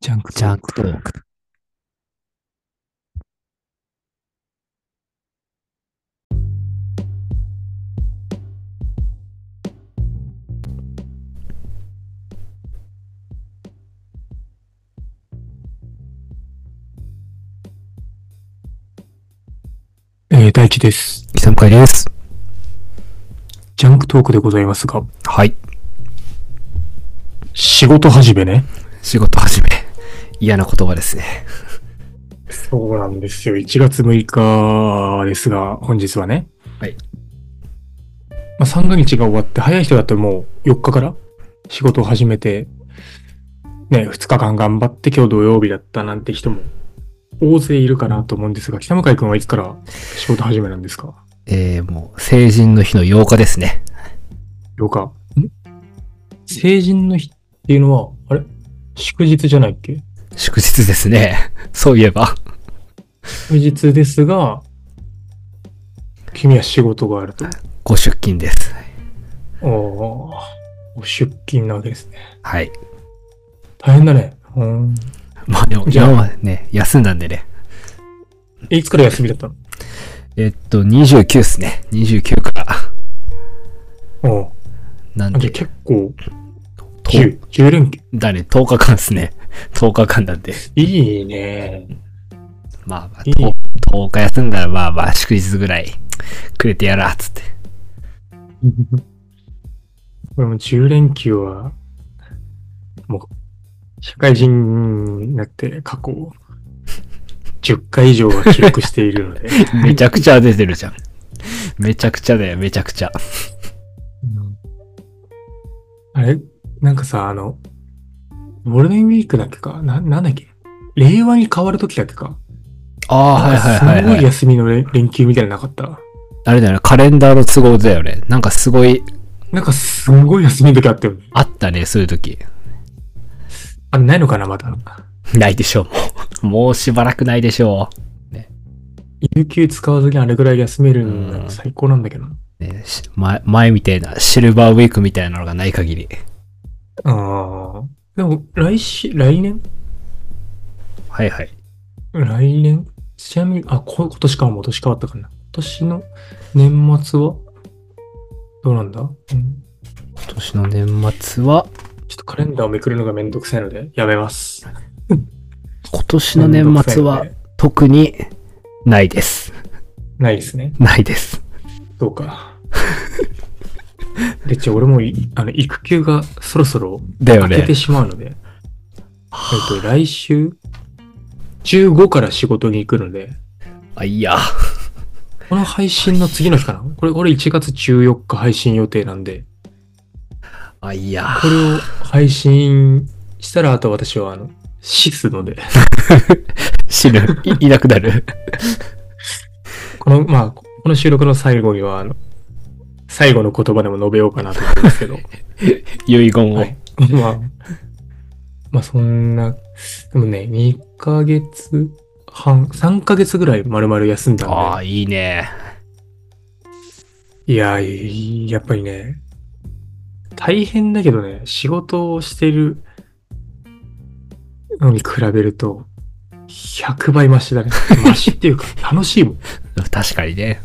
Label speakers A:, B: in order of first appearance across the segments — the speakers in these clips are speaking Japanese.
A: ジャンク
B: ジャンクトーク。
A: えー、大地です。
B: イサムカイです。
A: ジャンクトークでございますが、
B: はい。
A: 仕事始めね。
B: 仕事始め。嫌な言葉ですね。
A: そうなんですよ。1月6日ですが、本日はね。
B: はい。
A: まあ、3ヶ月が終わって、早い人だともう4日から仕事を始めて、ね、2日間頑張って今日土曜日だったなんて人も大勢いるかなと思うんですが、北向井くんはいつから仕事始めなんですか
B: えー、もう、成人の日の8日ですね。
A: ?8 日。ん成人の日っていうのは、あれ祝日じゃないっけ
B: 祝日ですね。 そういえば。
A: 祝日ですが、君は仕事があると。
B: ご出勤です。
A: おーお出勤なわけですね。
B: はい。
A: 大変だね。うーん。
B: まあでも、
A: じゃあ
B: 今はね、休んだんでね。
A: えいつから休みだったの
B: えっと、29っすね。29から。
A: おー
B: なん
A: あじゃあ
B: で、
A: 結構、
B: と
A: 10、10連休。
B: だね、10日間っすね。10日間なんで。
A: いいね。
B: まあ、まあ、
A: いい
B: 10, 日休んだら、まあまあ、祝日ぐらいくれてやら、つって。
A: 俺も10連休は、もう、社会人になって過去、10回以上は記録しているので。
B: めちゃくちゃ出てるじゃん。めちゃくちゃだよ、めちゃくちゃ。
A: あれなんかさ、あの、ゴールデンウィークだっけかな、なんだっけ令和に変わるときだっけか
B: ああ、はいはいはい、
A: なんかすご
B: はい
A: い。休みのれ連休みたいなのなかった
B: あれだよね、カレンダーの都合だよね。なんかすごい、
A: なんかすごい休みの時あったよね。
B: あったね、そういう時。
A: あれないのかなまだ。
B: ないでしょう、もう。 もうしばらくないでしょ
A: 有給使わずにあれぐらい休めるの
B: うん
A: 最高なんだけどな。
B: う。ね、し前、前みたいな、シルバーウィークみたいなのがない限り。
A: ああ。でも、来し、来年
B: はいはい。
A: 来年ちなみに、あ、こ今年かも、今年変わったかな。今年の年末はどうなんだ、うん
B: 今年の年末は、
A: ちょっとカレンダーをめくるのがめんどくさいので、やめます。
B: 今年の年末
A: めんどくさいの
B: は
A: で
B: 特にないです。
A: ないですね。
B: ないです。
A: どうか。 で、ちょ、俺もい、あの、育休がそろそろ
B: だよ
A: 明け
B: ね
A: て。しまうので、えっと、来週、15から仕事に行くので、
B: あ、いや。
A: この配信の次の日かなこれ、これ1月14日配信予定なんで、
B: あ、いや。
A: これを配信したら、あと私は、あの、死すので、
B: 死ぬ。いい なくなる。
A: この、まあ、この収録の最後には、あの、最後の言葉でも述べようかなと思うんですけど、
B: 遺言を。
A: はい。まあ、まあそんな、でもね、2ヶ月半、3ヶ月ぐらい丸々休んだ
B: あ
A: ん
B: あ、いいね。
A: で、いや、いやっぱりね、大変だけどね、仕事をしてるのに比べると、100倍マシだね。マシっていうか、楽しいもん。
B: 確かにね。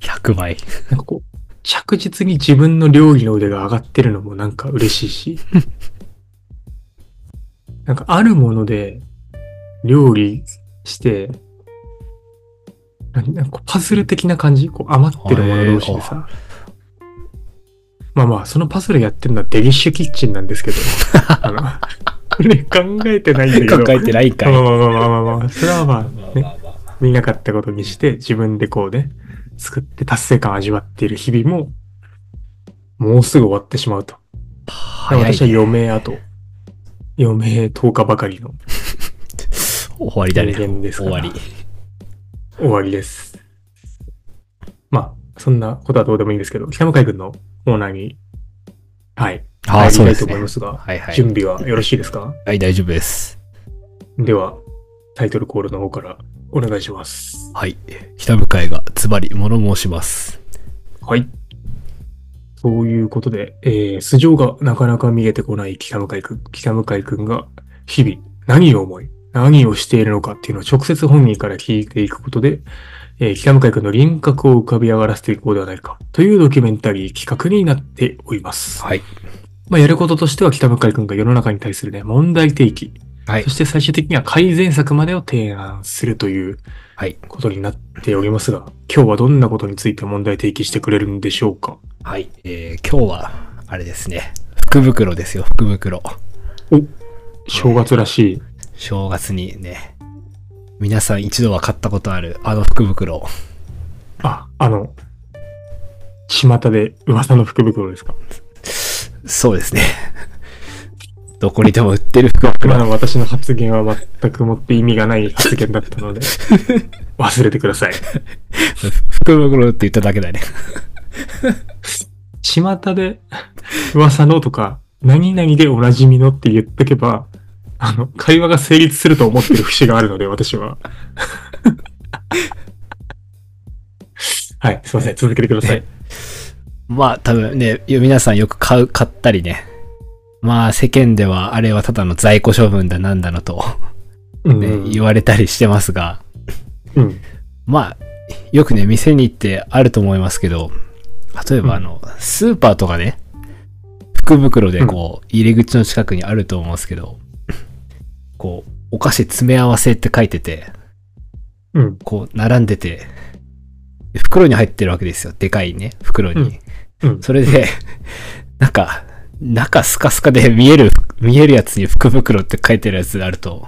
B: 100倍。
A: なんかこう、着実に自分の料理の腕が上がってるのもなんか嬉しい し、なんかあるもので料理して、なんなんかこうパズル的な感じこう余ってるもの同士でさ。まあまあ、そのパズルやってるのはデニッシュキッチンなんですけ ど、あの、 これ考えてないんだけど、
B: 考えてないんかい。
A: まあまあまあまあまあまあ、それはまあ、ね、
B: まあまあまあ
A: 見なかったことにして、自分でこうね、作って達成感を味わっている日々も、もうすぐ終わってしまうと。
B: 早い
A: 私は
B: ね
A: 余命あと、余命10日ばかりの
B: 終わりだね。
A: 人間です
B: 終
A: から
B: わり。
A: 終わりです。まあ、そんなことはどうでもいいんですけど、北向井くんのコーナーに、はい、
B: あ
A: 入
B: あ、
A: り
B: そう
A: た
B: で
A: いと
B: す
A: 思い
B: ね
A: ま。すが、
B: はいはい。
A: 準備はよろしいですか
B: はい、大丈夫です。
A: では、タイトルコールの方からお願いします。
B: はい。北向かいが、つばり、物申します。
A: はい。そういうことで、えー、素性がなかなか見えてこない北向井くん、北向井くんが、日々、何を思い、何をしているのかっていうのを直接本人から聞いていくことで、えー北向井くんの輪郭を浮かび上がらせていこうではないかというドキュメンタリー企画になっております。
B: はい。
A: まあ、やることとしては北向井くんが世の中に対するね、問題提起、
B: はい
A: そ。して最終的には改善策までを提案するという
B: はい。
A: ことになっておりますが、今日はどんなことについて問題提起してくれるんでしょうか
B: はい。えー、今日は、あれですね。福袋ですよ、福袋。
A: 正月らしい。
B: 正月にね、皆さん一度は買ったことある、あの福袋を。
A: あ、あの、巷で噂の福袋ですか
B: そう ですね。どこにでも売ってる福
A: 今
B: 袋。
A: の私の発言は全くもって意味がない発言だった ので、忘れてください。
B: 福袋って言っただけだね。
A: 巷で噂のとか、何々でおなじみのって言っとけば、あの、会話が成立すると思ってる節があるので、私は。はい、すいません、続けてください。
B: まあ多分ね、皆さんよく買う、買ったりね。まあ世間ではあれはただの在庫処分だなんだのと、
A: うん
B: ね言われたりしてますが、
A: うん。
B: まあよくね、店に行ってあると思いますけど、例えばあの、スーパーとかね、福袋でこう、入り口の近くにあると思うんですけど、こう、お菓子詰め合わせって書いてて、
A: うん。
B: こう、並んでて、で袋に入ってるわけですよ。でかいね、袋に。
A: うんうん。
B: それで、 なんか、中スカスカで見える、見えるやつに福袋って書いてるやつあると、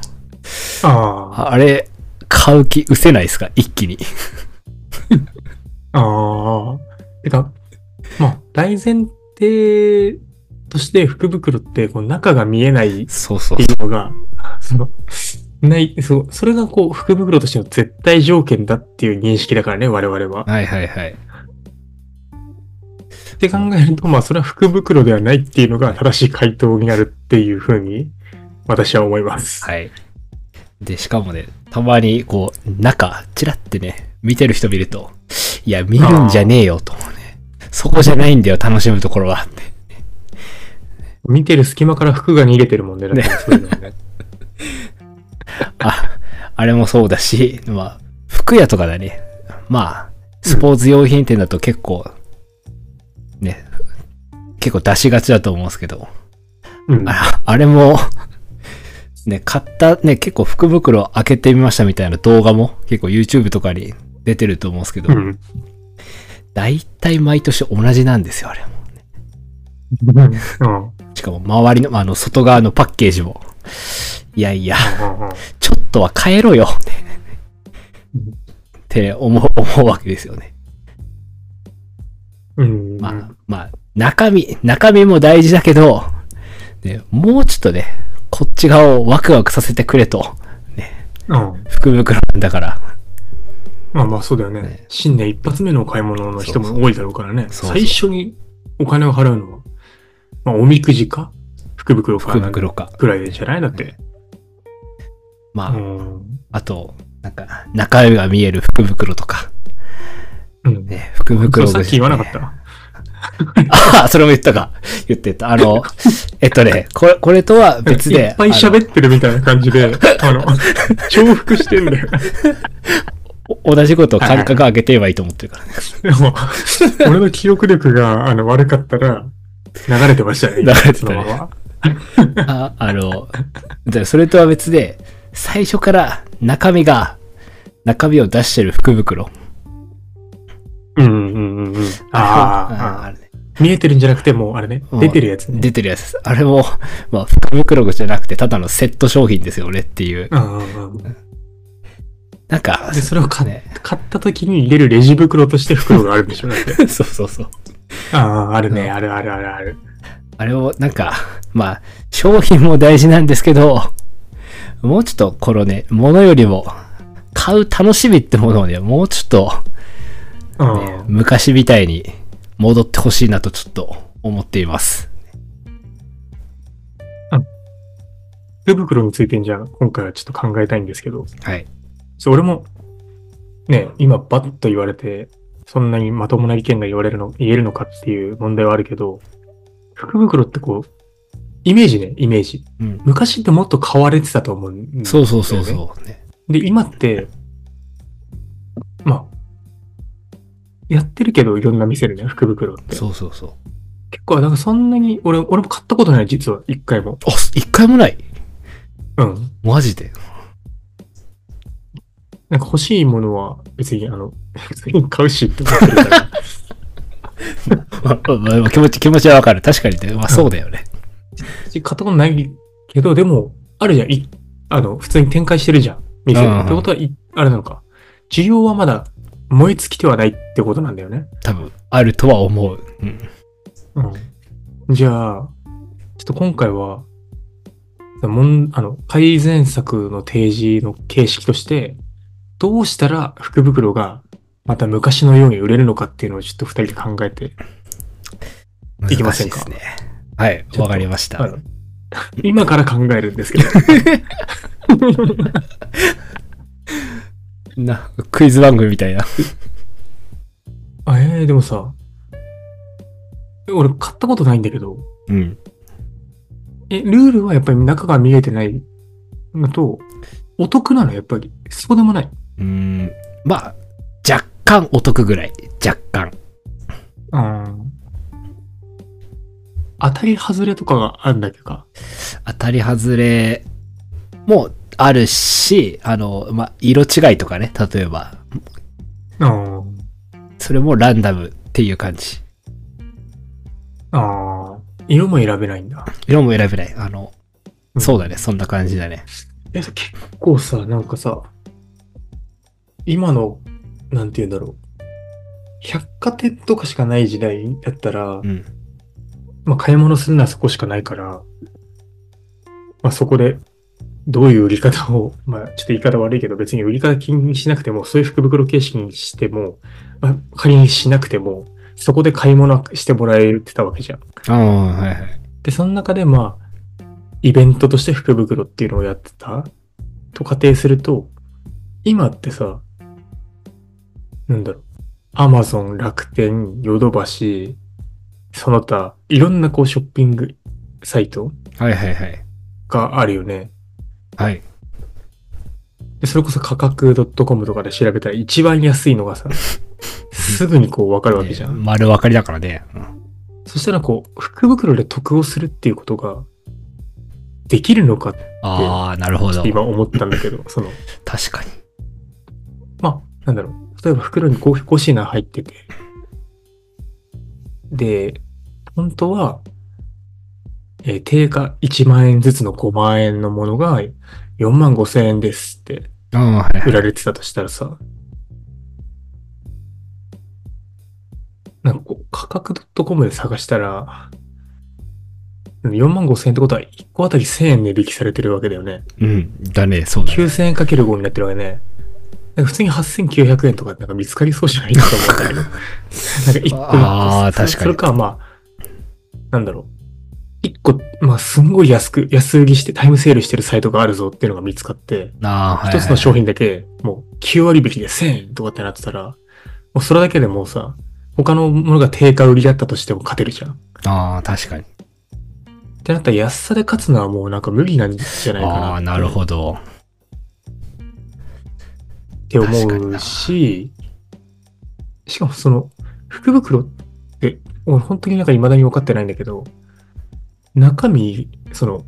A: あ
B: ああれ、買う気失せないですか一気に。
A: あ。ああ。てか、まあ、大前提として福袋って、こう中が見えない
B: そうそ
A: っていうのが、その、ない、そう、それがこう、福袋としての絶対条件だっていう認識だからね、我々は。
B: はいはいはい。
A: って考えると、まあ、それは福袋ではないっていうのが正しい回答になるっていうふうに、私は思います。
B: はい。で、しかもね、たまにこう、中、チラってね、見てる人見ると、いや、見るんじゃねえよと思うね。そこじゃないんだよ、楽しむところは。って
A: 見てる隙間から服が逃げてるもんね、だからそういうのは ね。
B: あ、あれもそうだし、まあ、服屋とかだね。まあ、スポーツ用品店だと結構、ね、結構出しがちだと思うんですけど、
A: うん。
B: ああれも、ね、買った、ね、結構福袋開けてみましたみたいな動画も結構 YouTube とかに出てると思うんですけど、
A: うん。
B: だいたい毎年同じなんですよ、あれも。
A: うん。うんうん
B: しかも周りの、まああの、外側のパッケージも。いやいや、
A: うん
B: ちょっとは変えろよって思う、思うわけですよね。
A: うん。
B: まあ、まあ、中身、中身も大事だけど、ね、もうちょっとね、こっち側をワクワクさせてくれと。
A: うん。
B: 福袋なんだから。
A: まあまあ、そうだよ
B: ね
A: ね。新年一発目のお買い物の人も多いだろうからね。
B: そうそう
A: 最初にお金を払うのは、まあ、おみくじか福袋か
B: 福
A: なんか
B: 袋か。
A: くらいじゃないだって。
B: まあ、
A: うん。
B: あと、なんか、中身が見える福袋とか。
A: うん。
B: ね、福
A: そ
B: 袋。
A: れさっき言わなかったた。
B: あ、それも言ったか。言ってた。あの、 えっとね、これ、これとは別
A: い
B: で。
A: っぱい
B: あの
A: 喋ってるみたいな感じで、あの、重複してんだよ。
B: お同じことを感覚上げてればいいと思ってるからね。
A: でも、俺の記憶力があの悪かったら、流れてましたね。
B: 流れてた
A: そ
B: ね
A: のまま。
B: ああの、でそれとは別で、最初から中身が、中身を出してる福袋。
A: うんうんうんうん。ああ
B: あれね
A: あ、見えてるんじゃなくて、もうあれね、
B: うん
A: 出てるやつね。
B: 出てるやつです。あれも、まあ、福袋じゃなくて、ただのセット商品ですよねっていう。
A: うんうんうん
B: なんか、
A: で、それを買,、
B: ね
A: 買った時に入れるレジ袋として袋があるんでしょだって。
B: そうそうそう。
A: ああ、ある
B: うん
A: ね、あるあるあるある。
B: あれを、なんか、まあ、商品も大事なんですけど、もうちょっと、このね、ものよりも、買う楽しみってものをね、もうちょっと、
A: うん。
B: 昔みたいに戻ってほしいなとちょっと思っています。
A: 福袋についてじゃあ、今回はちょっと考えたいんですけど、
B: はい。
A: そう、俺も、ね、今バッと言われて、そんなにまともな意見が言われるの、言えるのかっていう問題はあるけど、福袋ってこう、イメージね、イメージ。
B: うん。
A: 昔ってもっと買われてたと思うんだよね。
B: そうそうそうそう。ね。
A: で、今って、まあ、やってるけど、いろんな店でね、福袋って。
B: そうそうそう。
A: 結構、なんかそんなに、俺、俺も買ったことない、実は、一回も。
B: あ、す一回もない。
A: うん。
B: マジで。
A: なんか欲しいものは、別に、あの、別に買うしって思ってるから。
B: まあまあまあ気持ち、気持ちはわかる。確かにね。まあそうだよね。
A: 買ったことないけど、でも、あるじゃん。いあの、普通に展開してるじゃん。店
B: うんう
A: で。
B: ん
A: ってことは、いあれなのか。需要はまだ燃え尽きてはないってことなんだよね。
B: 多分、あるとは思う。うん。
A: うん。じゃあ、ちょっと今回は、もんあの改善策の提示の形式として、どうしたら福袋がまた昔のように売れるのかっていうのをちょっと二人で考えて、いきませんか
B: 難しいですね。はい、わかりまし
A: あ
B: た。
A: の今から考えるんですけど。
B: な、クイズ番組みたいな。
A: あ、えー、でもさ、え俺買ったことないんだけど、
B: うん。
A: え、ルールはやっぱり中が見えてないのと、お得なのやっぱり、そうでもない。
B: うーん。まあ、若干お得ぐらい。若干。
A: うん。当たり外れとかがあるんだけどか。
B: 当たり外れもあるし、あの、まあ、色違いとかね、例えば。
A: うん。
B: それもランダムっていう感じ。
A: ああ。色も選べないんだ。
B: 色も選べない。あの、
A: うん
B: そうだね、そんな感じだね。
A: え、さ結構さ、なんかさ、今の、なんて言うんだろう。百貨店とかしかない時代だったら、
B: うん。
A: まあ、買い物するのはそこしかないから、まあ、そこで、どういう売り方を、 まあ、ちょっと言い方悪いけど、別に売り方気にしなくても、そういう福袋形式にしても、まあ、仮にしなくても、そこで買い物してもらえてたわけじゃん。
B: ああ、はいはい。
A: で、その中で、まあ、イベントとして福袋っていうのをやってたと仮定すると、今ってさ、なんだろう、アマゾン、楽天、ヨドバシ、その他、いろんなこうショッピングサイト
B: はいはいはい。
A: があるよね。
B: はい。
A: で、それこそ価格 .com とかで調べたら一番安いのがさ、すぐにこうわかるわけじゃん。
B: ね丸分かりだからね。うん
A: そしたらこう、福袋で得をするっていうことが、できるのかって
B: ああ、なるほど。
A: 今思ったんだけど、その、
B: 確かに。
A: まあ、なんだろう。例えば袋に 5, 5品入ってて。で、本当は、えー定価1万円ずつの5万円のものが4万5千円ですって
B: ああ、はいは
A: 売
B: い。
A: られてたとしたらさ、なんかこう、価格 .com で探したら、4万5千円ってことは1個あたり1000円値引きされてるわけだよね。
B: うん。だね、そうだね。
A: 9000円かける5になってるわけね。なんか普通に8900円とかってなんか見つかりそうじゃないか と思うんだけど。なんか1個
B: あー
A: それ
B: 確かに
A: それかまあ、なんだろう。1個、まあすんごい安く、安売りしてタイムセールしてるサイトがあるぞっていうのが見つかって、
B: ああ、はい、
A: 一つの商品だけもう9割引きで1000円とかってなってたら、もうそれだけでもうさ、他のものが定価売りだったとしても勝てるじゃん。っ
B: ああ、確かに。
A: てなったら安さで勝つのはもうなんか無理なんじゃないかなって。
B: ああ、なるほ
A: っ
B: ど。
A: て思
B: 確かにな
A: うし、しかもその、福袋って、俺本当になんか未だに分かってないんだけど、中身、その、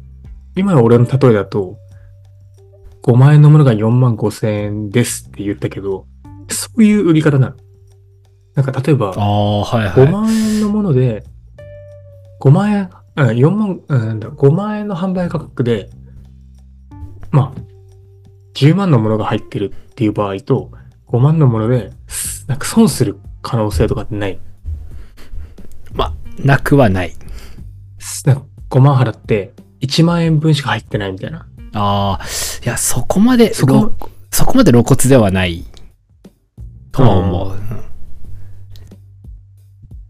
A: 今の俺の例えだと、5万円のものが4万5千円ですって言ったけど、そういう売り方なの。なんか例えば、
B: ああ、はいはい。
A: 5万円のもので、5万円、うん4万、うんなんだ、5万円の販売価格で、まあ、10万のものが入ってるっていう場合と、5万のもので、すなんか損する可能性とかってない。
B: まあ、なくはない。
A: すなんか5万払って、1万円分しか入ってないみたいな。
B: ああ、いや、そこまで、
A: そ
B: そ
A: こ
B: こ、そこまで露骨ではない。とは思う。うん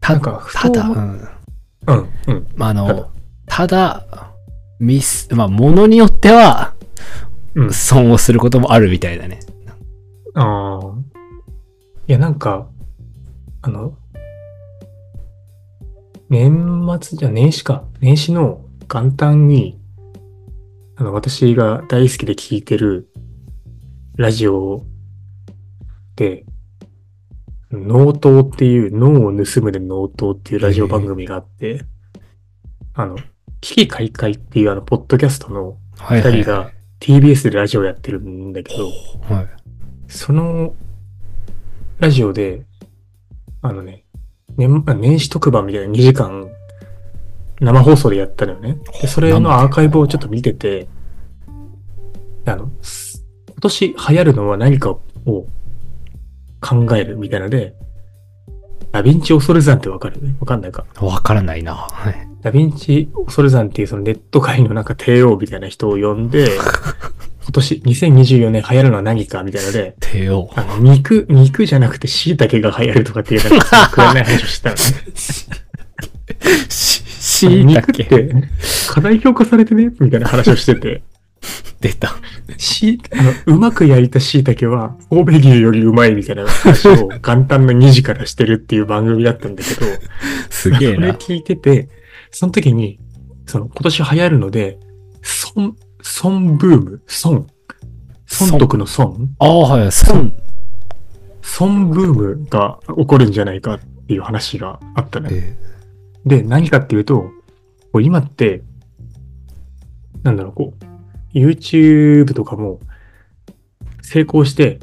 B: た
A: なんか
B: ただ、
A: ふと
B: うん
A: うん、うん。
B: まあ、あ
A: ただ
B: の、ただ、ミス、まあ、ものによっては、
A: うん
B: 損をすることもあるみたいだね。
A: ああ。いや、なんか、あの、年末じゃ、年始か。年始の元旦に、あの、私が大好きで聞いてるラジオで、脳刀っていう、脳を盗むで脳刀っていうラジオ番組があって、あの、危機開会っていうあの、ポッドキャストの
B: はいは
A: 二人
B: い。
A: が TBS でラジオやってるんだけど、
B: はい。
A: そのラジオで、あのね、年あ年始特番みたいな2時間生放送でやったのよね。で、それのアーカイブをちょっと見てて、あの、す今年流行るのは何かを考えるみたいなので、ダヴィンチ恐山ってわかるわかんないか。
B: わからないな。はい。
A: ダヴィンチ・オソルザンっていうそのネット界のなんか帝王みたいな人を呼んで、今年2024年流行るのは何かみたいなので、
B: 帝王。
A: あの肉、肉じゃなくて椎茸が流行るとかっていうなんか そのくだらない話をしたのね。
B: し、 しいた
A: 肉っ
B: け。
A: て過大評価されてねみたいな話をしてて、
B: 出た。
A: しあのうまく焼いた椎茸は神戸牛よりうまいみたいな話を元旦の2時からしてるっていう番組だったんだけど、
B: すげえ
A: それ
B: な。
A: 聞いてて、その時に、その今年流行るので、孫、孫ブーム、孫、孫徳の孫、
B: ああ、はい。損。
A: 孫ブームが起こるんじゃないかっていう話があったね。
B: え
A: で、何かっていうと、こう今って、なんだろう、こう、YouTube とかも成功して、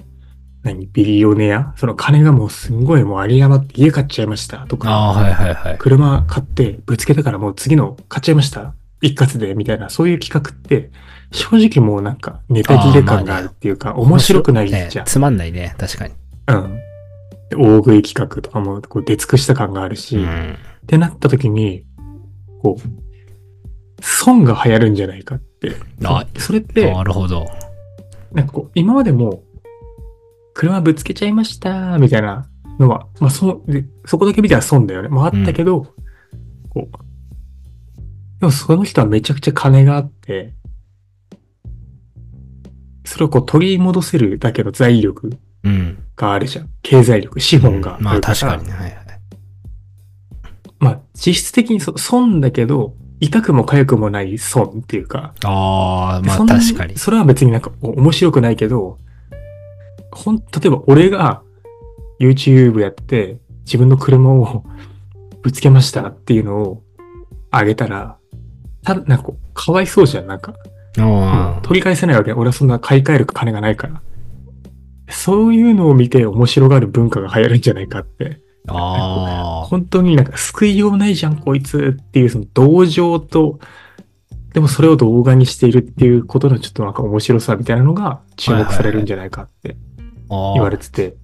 A: 何、ビリオネアその金がもうすんごいもう有り余って家買っちゃいましたとか、
B: ああ、はいはいはい。
A: 車買ってぶつけたからもう次の買っちゃいました一括でみたいなそういう企画って正直もうなんかネタ切れ感があるっていうか面白くないじゃん、
B: ねつまんないね。確かに。
A: うんで大食い企画とかもこう出尽くした感があるし、
B: う
A: っ
B: ん。
A: てなった時にこう損が流行るんじゃないかって
B: あ
A: それって
B: なるほど。
A: なんかこう今までも車ぶつけちゃいましたみたいなのは、まあ、そでそこだけ見たら損だよね。まああったけど、こう。でもその人はめちゃくちゃ金があって、それをこう取り戻せるだけの財力
B: うん。
A: があるじゃん。経済力、資本がある
B: ま
A: ら
B: あ確かにね。はいはい。
A: まあ実質的にそ損だけど、痛くも痒くもない損っていうか、
B: ああ、まあ
A: そんな
B: 確かに。
A: それは別になんかお面白くないけど、ほん、例えば俺が YouTube やって自分の車をぶつけましたっていうのをあげたら、ただ、なんかこう、かわいそうじゃん、なんか。
B: あ
A: 取り返せないわけ。俺はそんな買い替える金がないから。そういうのを見て面白がる文化が流行るんじゃないかって。
B: あ。ああ。
A: 本当になんか救いようないじゃん、こいつっていうその同情と、でもそれを動画にしているっていうことのちょっとなんか面白さみたいなのが注目されるんじゃないかって言われてて。だか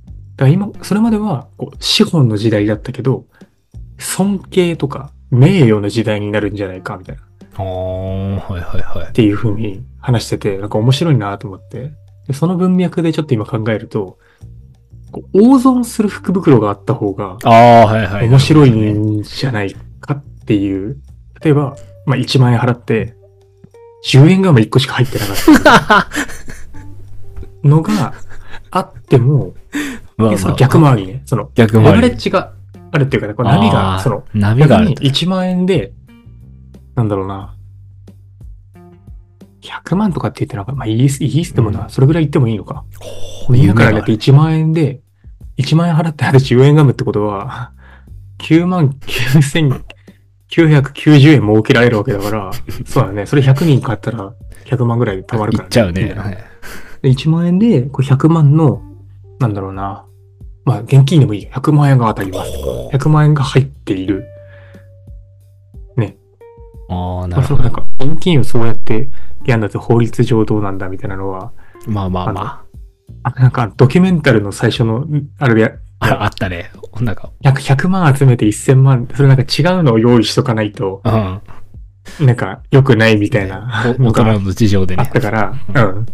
A: ら今、それまではこう資本の時代だったけど、尊敬とか名誉の時代になるんじゃないかみたいなっ
B: ああ、はいはいはい。
A: ていうふうに話してて、なんか面白いなと思って。でその文脈でちょっと今考えると、こう大損する福袋があった方が、
B: ああ、はいはい。
A: 面白い んじゃないかっていう。例えば、まあ、1万円払って、10円がまあ1個しか入ってなかったのがあっても、
B: まあ
A: そ
B: まあ
A: の逆回りね。その、
B: 逆
A: レ
B: 回
A: バ
B: り。
A: レッジがあるっていうかね、こう波
B: あ
A: が、
B: ー
A: その、
B: 波が
A: 逆
B: ある
A: に
B: と。
A: 1万円で、なんだろうな、100万とかって言ってなかった。まあ、イギリス、イギリスでもな、
B: う
A: それぐらい言ってもいいのか。
B: ほう
A: 家からだ
B: 夢が
A: っ
B: あ
A: て
B: る
A: 1万円で、1万円払ってある10円ガムってことは、9万9990円儲けられるわけだから、そうだね。それ100人買ったら100万ぐらい貯まるか
B: 行
A: ら、
B: っちゃうね。
A: で1万円で、これ100万の、なんだろうな。まあ、現金でもいい。100万円が当たります。
B: はい
A: 100万円が入っている。
B: ああ、
A: ま
B: な
A: あ、
B: る
A: そ
B: ほ
A: のなん
B: ど。
A: か、現金をそうやってやんだって法律上どうなんだみたいなのは、
B: まあまあま
A: あなんかドキュメンタルの最初の、あれで
B: あ。ああったね。なんか、
A: なんか100万集めて1000万、それなんか違うのを用意しとかないと、
B: うん。
A: なんか良くないみたいな
B: お
A: の
B: 大人
A: が
B: の事情で
A: あ
B: ね
A: っ。たから、うん。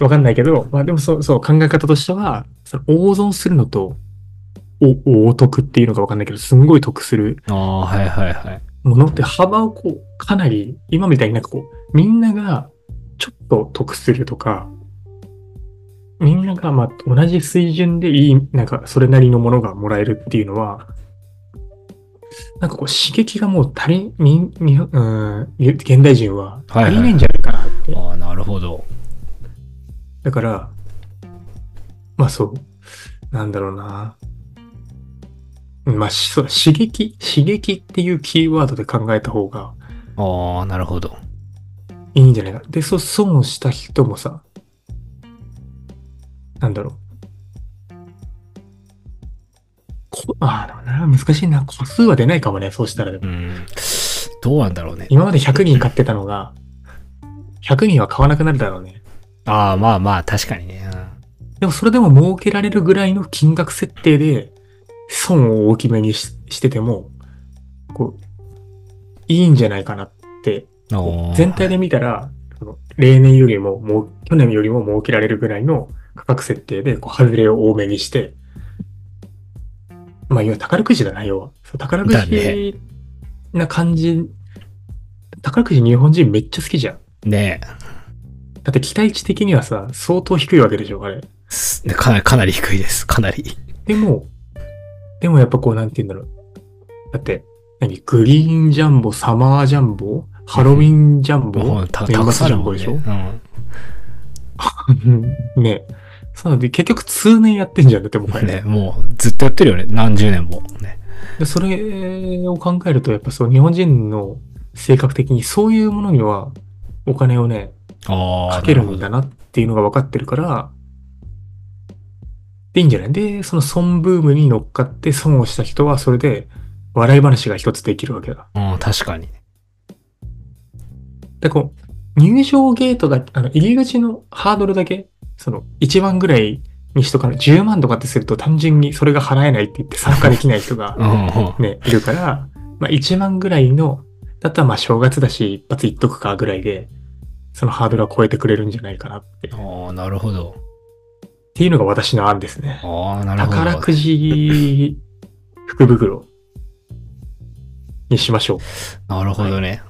A: わかんないけど、まあでもそう、そう、考え方としては、その大損するのと、お、大得っていうのかわかんないけど、すんごい得する
B: ああ、はいはいはい。
A: ものって幅をこう、かなり、今みたいになんかこう、みんながちょっと得するとか、みんながまあ同じ水準でいい、なんかそれなりのものがもらえるっていうのは、なんかこう刺激がもう足り、み、み、うん、現代人は
B: はいはい
A: 足りないんじゃないかなって。
B: ああ、なるほど。
A: だから、まあそう、なんだろうな。まあしそう刺激、刺激っていうキーワードで考えた方が
B: ああ、なるほど。
A: いいんじゃないか。で、そ、損をした人もさ、なんだろう。こああ、でもな、難しいな。個数は出ないかもね、そうしたらでも。
B: うん。どうなんだろうね。
A: 今まで100人買ってたのが、100人は買わなくなるだろうね。
B: ああ、まあまあ、確かにね。
A: でもそれでも儲けられるぐらいの金額設定で、損を大きめにししてても、こう、いいんじゃないかなって、
B: うんおー
A: 全体で見たら、その例年よりももう、去年よりも儲けられるぐらいの価格設定で、こう、外れを多めにして、まあ、要は宝くじだな、要は。そう宝く
B: だね
A: じな感じ、宝くじ日本人めっちゃ好きじゃん。
B: ね
A: だって期待値的にはさ、相当低いわけでしょ、あれ。
B: えすかなり、かなり低いです。かなり。
A: でも、でもやっぱこう、なんて言うんだろう。だって、何グリーンジャンボ、サマージャンボ、ハロウィンジャン
B: も
A: ボ
B: う、た
A: 年
B: たくさん
A: 末
B: あ
A: ジャン
B: るも
A: ボ
B: ん
A: でしょ
B: ね。うん。
A: ねそうなんで、結局通年やってんじゃん、だってもうこれ
B: ね、もうずっとやってるよね。何十年も。ね。
A: でそれを考えると、やっぱそう、日本人の性格的にそういうものにはお金をね、
B: ああ。
A: かける
B: なほ
A: ん
B: ど
A: だなっていうのが分かってるから、でいいんじゃないで、その損ブームに乗っかって損をした人は、それで笑い話が一つできるわけだ。
B: うん、確かに。
A: で、こう、入場ゲートだ、あの、入り口のハードルだけ、その、1万ぐらいにしとかない、10万とかってすると単純にそれが払えないって言って参加できない人が
B: うん、うん。
A: ね、いるから、まあ1万ぐらいの、だったらまあ正月だし一発いっとくかぐらいで、そのハードルは超えてくれるんじゃないかなって。っ
B: ああ、なるほど。
A: ていうのが私の案ですね。
B: ああ、なるほど。
A: 宝くじ、福袋にしましょう。
B: なるほどね。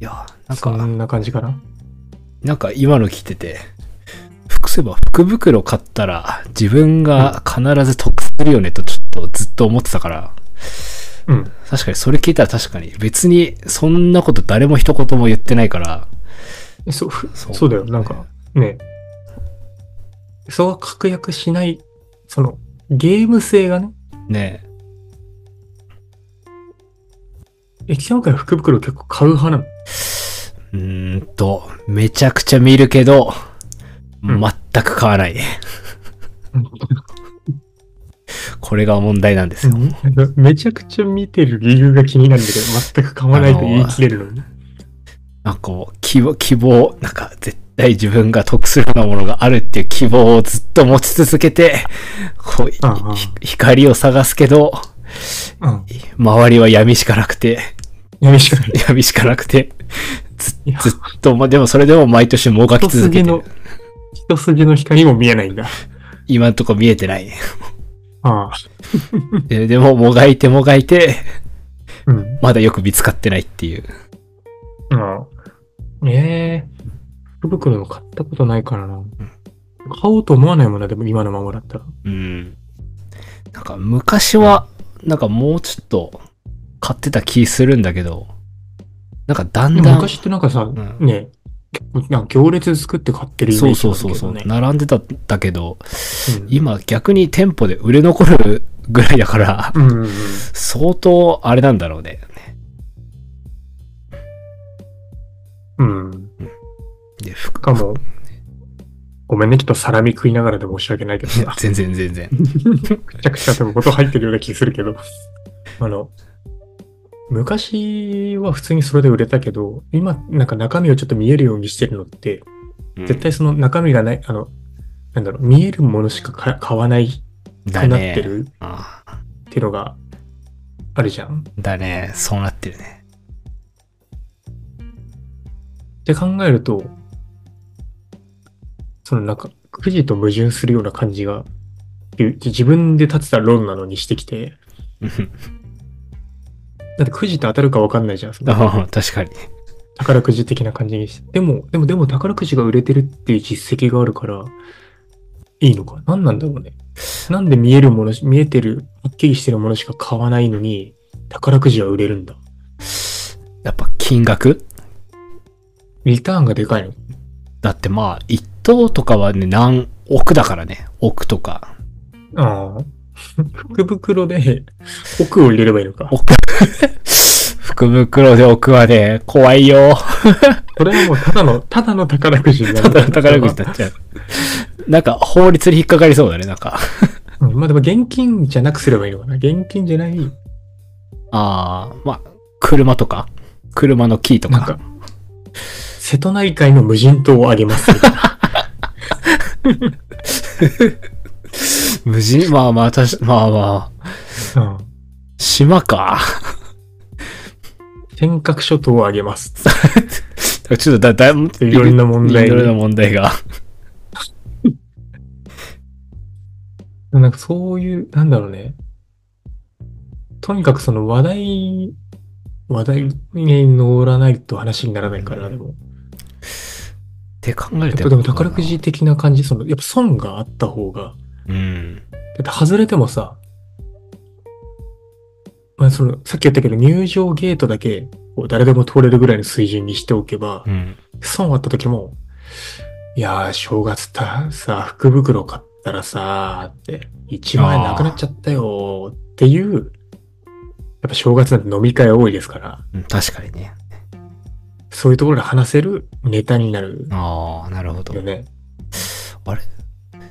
B: いや、なん
A: そ
B: か、
A: んな感じかな。
B: なんか今の聞いてて、服そういえば福袋買ったら自分が必ず得するよねとちょっとずっと思ってたから、
A: うん。
B: 確かにそれ聞いたら確かに別にそんなこと誰も一言も言ってないから、
A: えそう、ふ
B: そう
A: そうだよ。なんか、ね。そうは確約しない、その、ゲーム性がね。
B: ね
A: え、北野君は福袋結構買う派なの
B: うーんと、めちゃくちゃ見るけど、
A: うん
B: 全く買わない。これが問題なんですよ。
A: うんめちゃくちゃ見てる理由が気になるんだけど、全く買わないと言い切れるのに。
B: なんかこう、希望、希望、なんか絶対自分が得するようなものがあるっていう希望をずっと持ち続けて、こう、い
A: うんうん
B: ひ光を探すけど、
A: うん。
B: 周りは闇しかなくて、
A: 闇しかない。
B: 闇しかなくて、ず
A: いや
B: ずっと、ま、でもそれでも毎年もがき
A: 一
B: 続け
A: 筋
B: てる
A: の、、一筋の光も見えないんだ。
B: 今んとこ見えてない。
A: ああ。
B: ででも、もがいてもがいて、
A: うん。
B: まだよく見つかってないっていう。
A: うん。ええ福袋も買ったことないからな。買おうと思わないもんな、でも今のままだったら。
B: うん。なんか昔は、なんかもうちょっと買ってた気するんだけど、なんかだん
A: で
B: だ
A: も
B: ん、
A: 昔ってなんかさ、
B: ん
A: ね、結構なんか行列作って買ってるイメ
B: そ
A: ー
B: う
A: ジ
B: そう
A: だった
B: そう
A: け
B: そ
A: ど
B: う、
A: ね。
B: 並んでたんだけど、
A: うん
B: 今逆に店舗で売れ残るぐらいだから、
A: うんうんうん。
B: 相当あれなんだろうね。
A: うん。
B: で、服
A: しかも、ごめんね、ちょっとサラミ食いながらで申し訳ないけどさ。
B: 全然全然。
A: くちゃくちゃでもこと入ってるような気するけ ど。あの、昔は普通にそれで売れたけど、今、なんか中身をちょっと見えるようにしてるのって、絶対その中身がない、あの、なんだろう、見えるものしかか買わない
B: だ
A: くなって
B: ね。
A: る
B: ああ
A: っていうのがあるじゃん。
B: だね。そうなってるね。
A: って考えると、そのなんか、くじと矛盾するような感じが、ゆ自分で立てた論なのにしてきて、だってくじって当たるか分かんないじゃん。その
B: ああ確かに。
A: 宝くじ的な感じにして。でも、でも、でも宝くじが売れてるっていう実績があるから、いいのか。何なんだろうね。なんで見えるものし、見えてる、はっきりしてるものしか買わないのに、宝くじは売れるんだ。
B: やっぱ金額
A: リターンがでかいの。
B: だってまあ、一等とかはね、何億だからね。億とか。
A: ああ。 福袋で 奥を入れればいいのか。
B: 奥福袋で億はね、怖 いよ。
A: これはもうただの、ただの宝くじにな
B: た
A: る。
B: だの宝くじになっちゃう。なんか、法律に引っかかりそうだね、なんか。
A: うんまあでも現金じゃなくすればいいのかな。現金じゃない、なん
B: ああ、まあ、車とか車のキーとか。
A: か、瀬戸内海の無人島をあげますみたいな。
B: 無人まあまあ、たし、まあまあ、
A: うん
B: 島か。
A: 尖閣諸島をあげます。
B: ちょっとだ、だいぶ、
A: いろんな問題
B: いろんな問題が。
A: なんかそういう、なんだろうね。とにかくその話題、話題に乗らないと話にならないから、でも。
B: って考え
A: や
B: る
A: っ
B: と。
A: ぱでも宝くじ。的な感じ、その、やっぱ損があった方が、
B: うん。
A: だって外れてもさ、まあその、さっき言ったけど入場ゲートだけ、こう誰でも通れるぐらいの水準にしておけば
B: う、ん。
A: 損あった時も、いやー、正月た、さ、福袋買ったらさ、って、1万円なくなっちゃったよーっていう、やっぱ正月なんて飲み会多いですから、
B: うん確かにね。
A: そういうところで話せるネタになる
B: ああ、なるほど
A: よ。ね。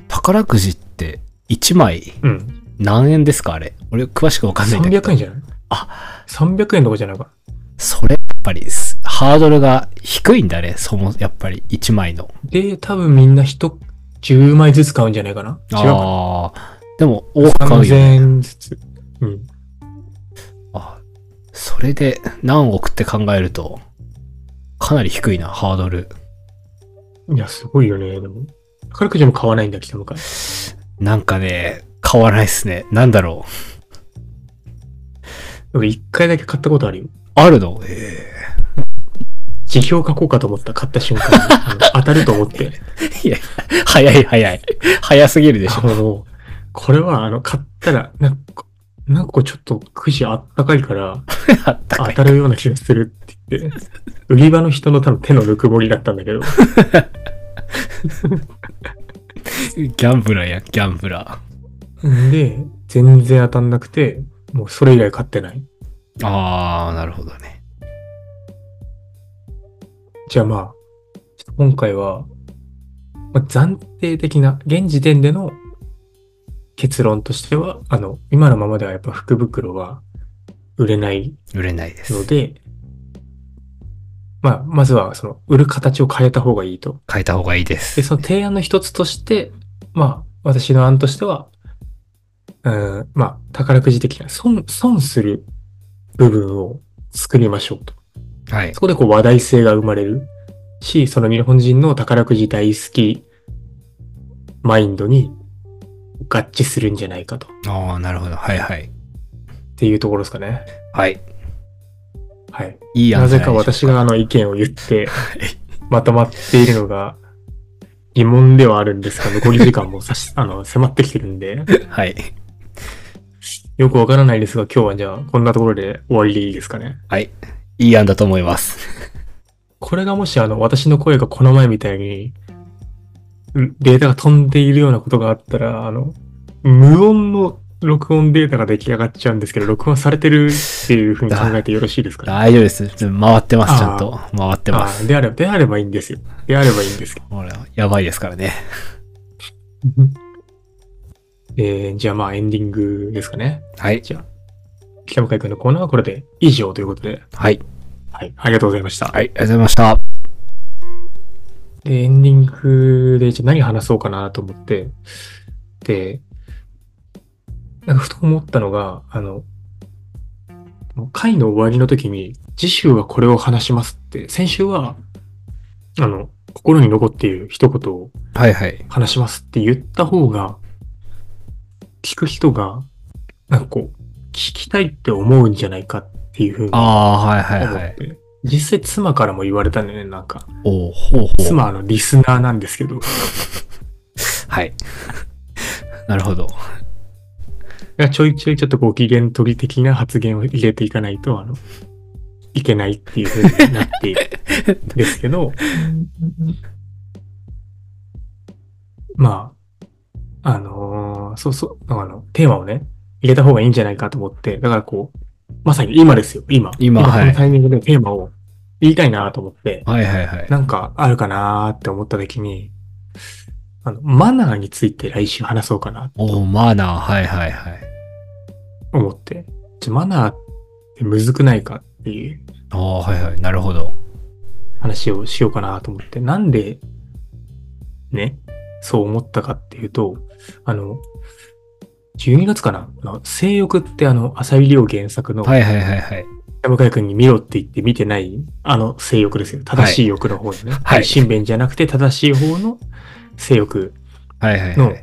B: 宝くじって、1枚
A: うん。
B: 何円ですかあれ。俺、詳しくわかんないんだけど。
A: 300円じゃないあ、300円とかじゃないか。
B: それ、やっぱりす、ハードルが低いんだね。そも、やっぱり、1枚の。
A: で、多分みんな人、10枚ずつ買うんじゃないかな違うか
B: ああ。でも、多く買う
A: 3000
B: よ。
A: 円ずつ。うん。
B: あそれで、何億って考えると、かなり低いな、ハードル。
A: いや、すごいよね、でも。宝くじも買わないんだ、北向かい。
B: なんかね、買わないっすね。なんだろう。
A: 俺一回だけ買ったことあるよ。
B: あるのえ
A: 辞表書こうかと思った、買った瞬 間にあの当たると思って。
B: えいや、早い早い。早すぎるでし
A: あ
B: ょ。
A: の、これはあの、買ったら、なんか、なんかこうちょっとくじあったかいから、
B: あった
A: 当
B: かい。
A: たるような気がするって言って、売り場の人の多分手のぬくもりだったん だけど、
B: ギャンブラーや、ギャンブラ
A: で、全然当たんなくて、もうそれ以来買ってない。
B: ー。あー、なるほどね。
A: じゃあまあ、ちょっと今回は、まあ、暫定的な、現時点での結論としては、あの、今のままではやっぱ福袋は売れない
B: 売れないで
A: の
B: す。
A: で、まあ、まずは、その、売る形を変えた方がいいと。
B: 変えた方がいいで
A: で、
B: す。
A: その提案の一つとして、まあ、私の案としては、うん、まあ、宝くじ的な、損、損する部分を作りましょうと。
B: はい。
A: そこでこう話題性が生まれるし、その日本人の宝くじ大好きマインドに合致するんじゃないかと。っ
B: あー、なるほど。はいはい。
A: ていうところですかね。
B: はい。
A: はい。
B: いい案
A: な
B: じゃ
A: ぜ
B: ないでしょ
A: か
B: う
A: 私があの意見を言って、まとまっているのが疑問ではあるんですが、残り時間もさしあの迫ってきてるんで、
B: はい。
A: よくわからないですが、今日はじゃあこんなところで終わりでいいですかね。
B: はい。いい案だと思います。
A: これがもしあの私の声がこの前みたいに、うデータが飛んでいるようなことがあったら、あの、無音の録音データが出来上がっちゃうんですけど、録音されてるっていうふうに考えてよろしいですかね。
B: 大丈夫です。回ってます、ちゃんと。回ってま
A: あ
B: す。
A: ーであれば、であればいいんですよ。であればいいんですけど
B: ほらやばいですからね。
A: えー、じゃあまあエンディングですかね。
B: はい。
A: 北向井くんのコーナーはこれで以上ということで、
B: はい。
A: はい、ありがとうございました。
B: はい。ありがとうございました。
A: で、エンディングでじゃあ何話そうかなと思って、で、なんかふと思ったのが、あの、回の終わりの時に、次週はこれを話しますって、先週は、あの、心に残っている一言を
B: はいはい。
A: 話しますって言った方が、聞く人が、なんかこう、聞きたいって思うんじゃないかっていうふうに思
B: ああー、はいはい
A: って、
B: はい。
A: 実際妻からも言われたんだよね、なんか。
B: おうほうほう。
A: 妻はあのリスナーなんですけど、
B: はい。なるほど。
A: やちょいちょいちょっとご機嫌取り的な発言を入れていかないと、あの、いけないっていう風になっているんですけど、 まあ、あのーそうそう、あの、テーマをね、入れた方がいいんじゃないかと思って、だからこう、まさに今ですよ、今。
B: 今はい
A: このタイミングでテーマを言いたいなと思って、
B: はいはいはい。
A: なんかあるかなーって思った時に、あの、マナーについて来週話そうかな
B: おお、マナー、はいはいはい。
A: 思って、ちょマナーってむずくないかっていう
B: おお、はいはい。なるほど。
A: 話をしようかなと思って、なんで、ね、そう思ったかっていうと、あの、12月かなあの、性欲ってあの、浅井亮原作の、
B: はいはいはいはい。
A: 山川君に見ろって言って見てない、あの性欲ですよ。正しい欲の方ですね。
B: はい
A: 新弁じゃなくて正しい方の性欲
B: はいはいは
A: の
B: い。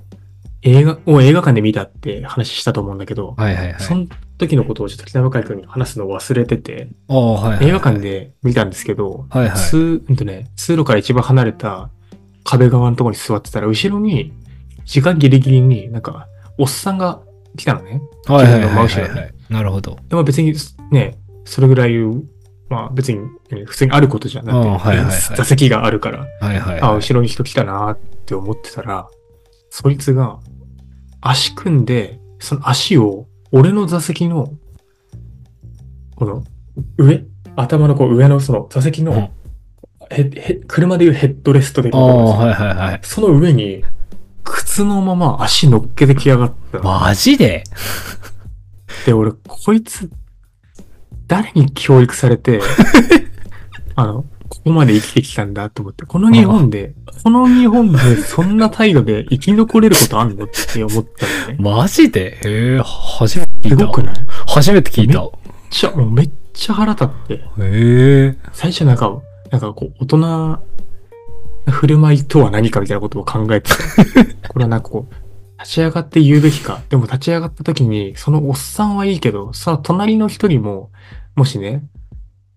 A: 映画を映画館で見たって話したと思うんだけど、
B: はいはい
A: そ
B: はい。
A: の時のことをちょっと北山海君に話すのを忘れてて、
B: おお、はいはい。
A: 映画館。で見たんですけど、
B: はいはい
A: 通うんとね、通路から一番離れた壁側のところに座ってたら、後ろに、時間ギリギリになんか、おっさんが来たのね。
B: はいはい
A: 自分の
B: はい
A: 真後
B: は
A: ろ
B: い
A: に
B: はい。なるほど。
A: でまあ、別にね、それぐらい、まあ別に、ね普通にあることじゃなくて、
B: うんはいはいはい
A: 座席があるから、
B: はいはい
A: あ、
B: はい。
A: 後ろに人来たなーって思ってたら、そいつが足組んで、その足を俺の座席の、この上、頭のこう上のその座席
B: うん
A: の、へへ車でいうヘッドレストで、
B: おお、はいはいはい。
A: その上に靴のまま足乗っけてきやがったの。
B: マジで
A: で、俺、こいつ、誰に教育され て、あの、ここまで生きてきたんだと思って、この日本で、この日本でそんな態度で生き残れることあんのって思ったのね。
B: マジでへえ、初めて聞
A: す
B: い
A: ごく
B: た。
A: ないめっ
B: 初めて聞いた。
A: ちゃ、もうめっちゃ腹立って、
B: へえ。
A: 最初なんか、なんかこう、大人な振る舞いとは何かみたいなことを考え てた。これはなんかこう、立ち上がって言うべきか。でも立ち上がった時に、そのおっさんはいいけど、その隣の人にも、もしね、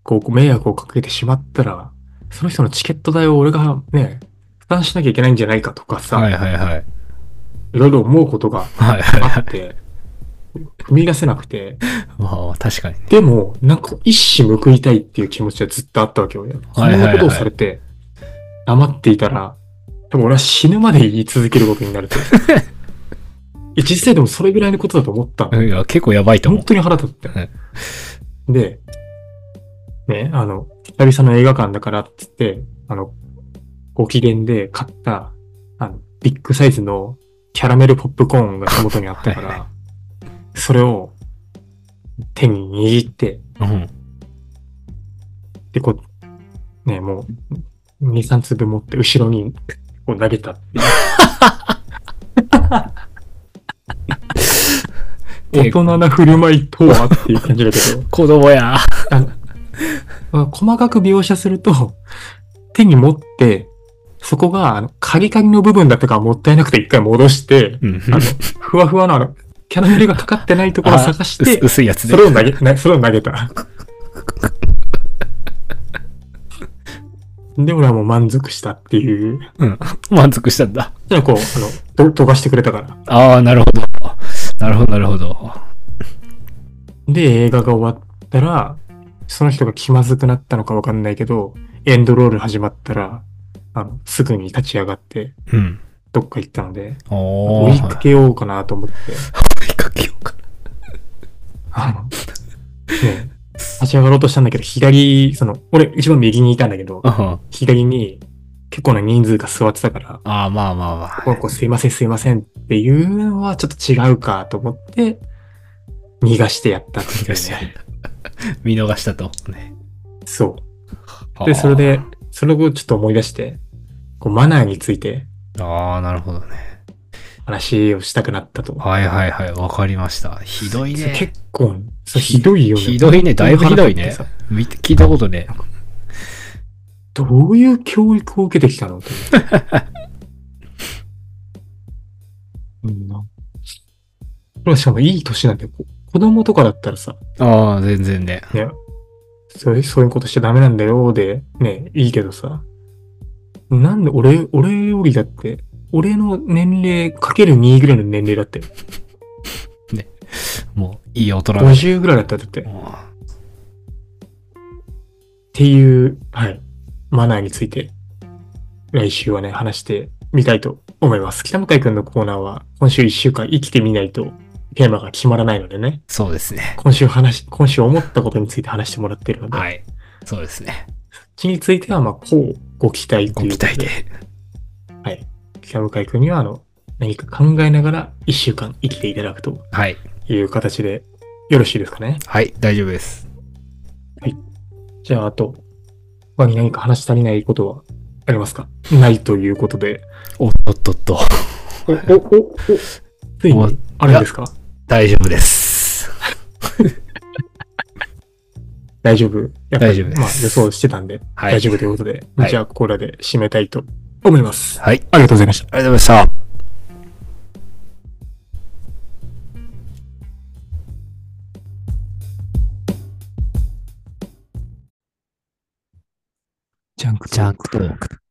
A: こう、迷惑をかけてしまったら、その人のチケット代を俺がね、負担しなきゃいけないんじゃないかとかさ、
B: はい
A: い、
B: はいはい。
A: ろいろ思うことが
B: はいはい
A: あ
B: はい
A: っ。て、踏み出せなくて、
B: まあ、確かにね。
A: でも、なんか一矢報いたいっていう気持ちはずっとあったわけよ。こん
B: いはい
A: なことをされて、黙っていたら、多分俺は死ぬまで言い続けることになる と。いや実際でもそれぐらいのことだと思ったの。
B: いや、結構やばいと思
A: 本
B: う。
A: 当に腹立って
B: はい。
A: で、ね、あの、久々の映画館だからって言って、あの、ご機嫌で買った、あの、ビッグサイズのキャラメルポップコーンが手元にあったか
B: はい
A: ら、それを手に握って、
B: うん。
A: で、こう、ね、もう、2、3粒持って後ろに、こう投げたって いう。大人な振る舞いとはっていう感じだけど
B: 子供や。
A: ま あ、細かく描写すると、手に持って、そこが、あの、カリカリの部分だったからもったいなくて一回戻して、
B: うん。
A: あの、ふわふわのあの、キャラメルがかかってないところを探し
B: あ
A: て
B: 薄、薄いやつ
A: そ
B: で
A: れ。を投げ、なそれを投げた。で、俺はもう満足したっていう。
B: うん。満足したんだ。
A: じゃあこう、あの、と、溶かしてくれたから。
B: ああ、なるほど。なるほど、なるほど。
A: で、映画が終わったら、その人が気まずくなったのかわかんないけど、エンドロール始まったら、あの、すぐに立ち上がって、
B: うん。
A: どっか行ったので、
B: お
A: 追
B: ー。
A: いかけようかなと思って、
B: 追いかけようか
A: あの、ね、立ち上がろうとしたんだけど、左、その、俺一番右にいたんだけど
B: な。、うん。
A: 左に結構な人数が座ってたから、
B: ああ、まあまあまあ。
A: この子すいませんすいませんっていうのはちょっと違うかと思って、逃がしてやったっていう
B: 逃がしてや
A: ね。
B: 見逃したと。ね
A: そう。で、それ。で、その後ちょっと思い出して、こうマナーについて
B: ああ、なるほどね。
A: 話をしたくなったと。
B: はいはいはい。わかりました。ひどい
A: そう
B: ね。
A: 結構、そうひどいよね。
B: ひどいねだいぶひどい
A: 本当に腹
B: ね
A: 立ってさ
B: 見て聞いたことね。
A: どういう教育を受けてき たのと思って。うんな。これしかもいい年なんだよ。こ子供とかだったらさ、
B: ああ、全然ね。
A: ね、そういうそういうことしちゃダメなんだよ、で、ね、いいけどさ、なんで俺、俺よりだって、俺の年齢かける2ぐらいの年齢だって。
B: ね。いい大人だし。
A: 50ぐらいだったらだって。っ
B: うん
A: ていう、はい。マナーについて、来週はね、話してみたいと思います。北向井くんのコーナーは、今週1週間生きてみないと、テーマが決まらないのでね、
B: そうですね。
A: 今週話し、今週思ったことについて話してもらってるので、こっ
B: はい。そうですね。
A: ちについては、まあ、こう、ご期待と
B: ご
A: いうこ
B: 期
A: と
B: 待で。。
A: 北向井くんには、あの、何か考えながら1週間生きていただくと
B: はい。
A: いう形で、よろしいですかね。
B: はい。大丈夫です。
A: じゃあ、あと、他に何か話し足りないことはありますかないということで。
B: おっとっとっと。
A: お、お、お、お、つい
B: お
A: に、あれですか
B: 大丈夫です。
A: 大丈夫。やっぱり
B: 大丈夫です
A: まあ、予想してたんで、
B: はい。
A: 大丈夫ということで、
B: はい
A: じゃあ、これで締めたいと思います。
B: はい。あり
A: ありがとうございました。
B: がとうございました。
A: ジャンク
B: ジャンクトーク。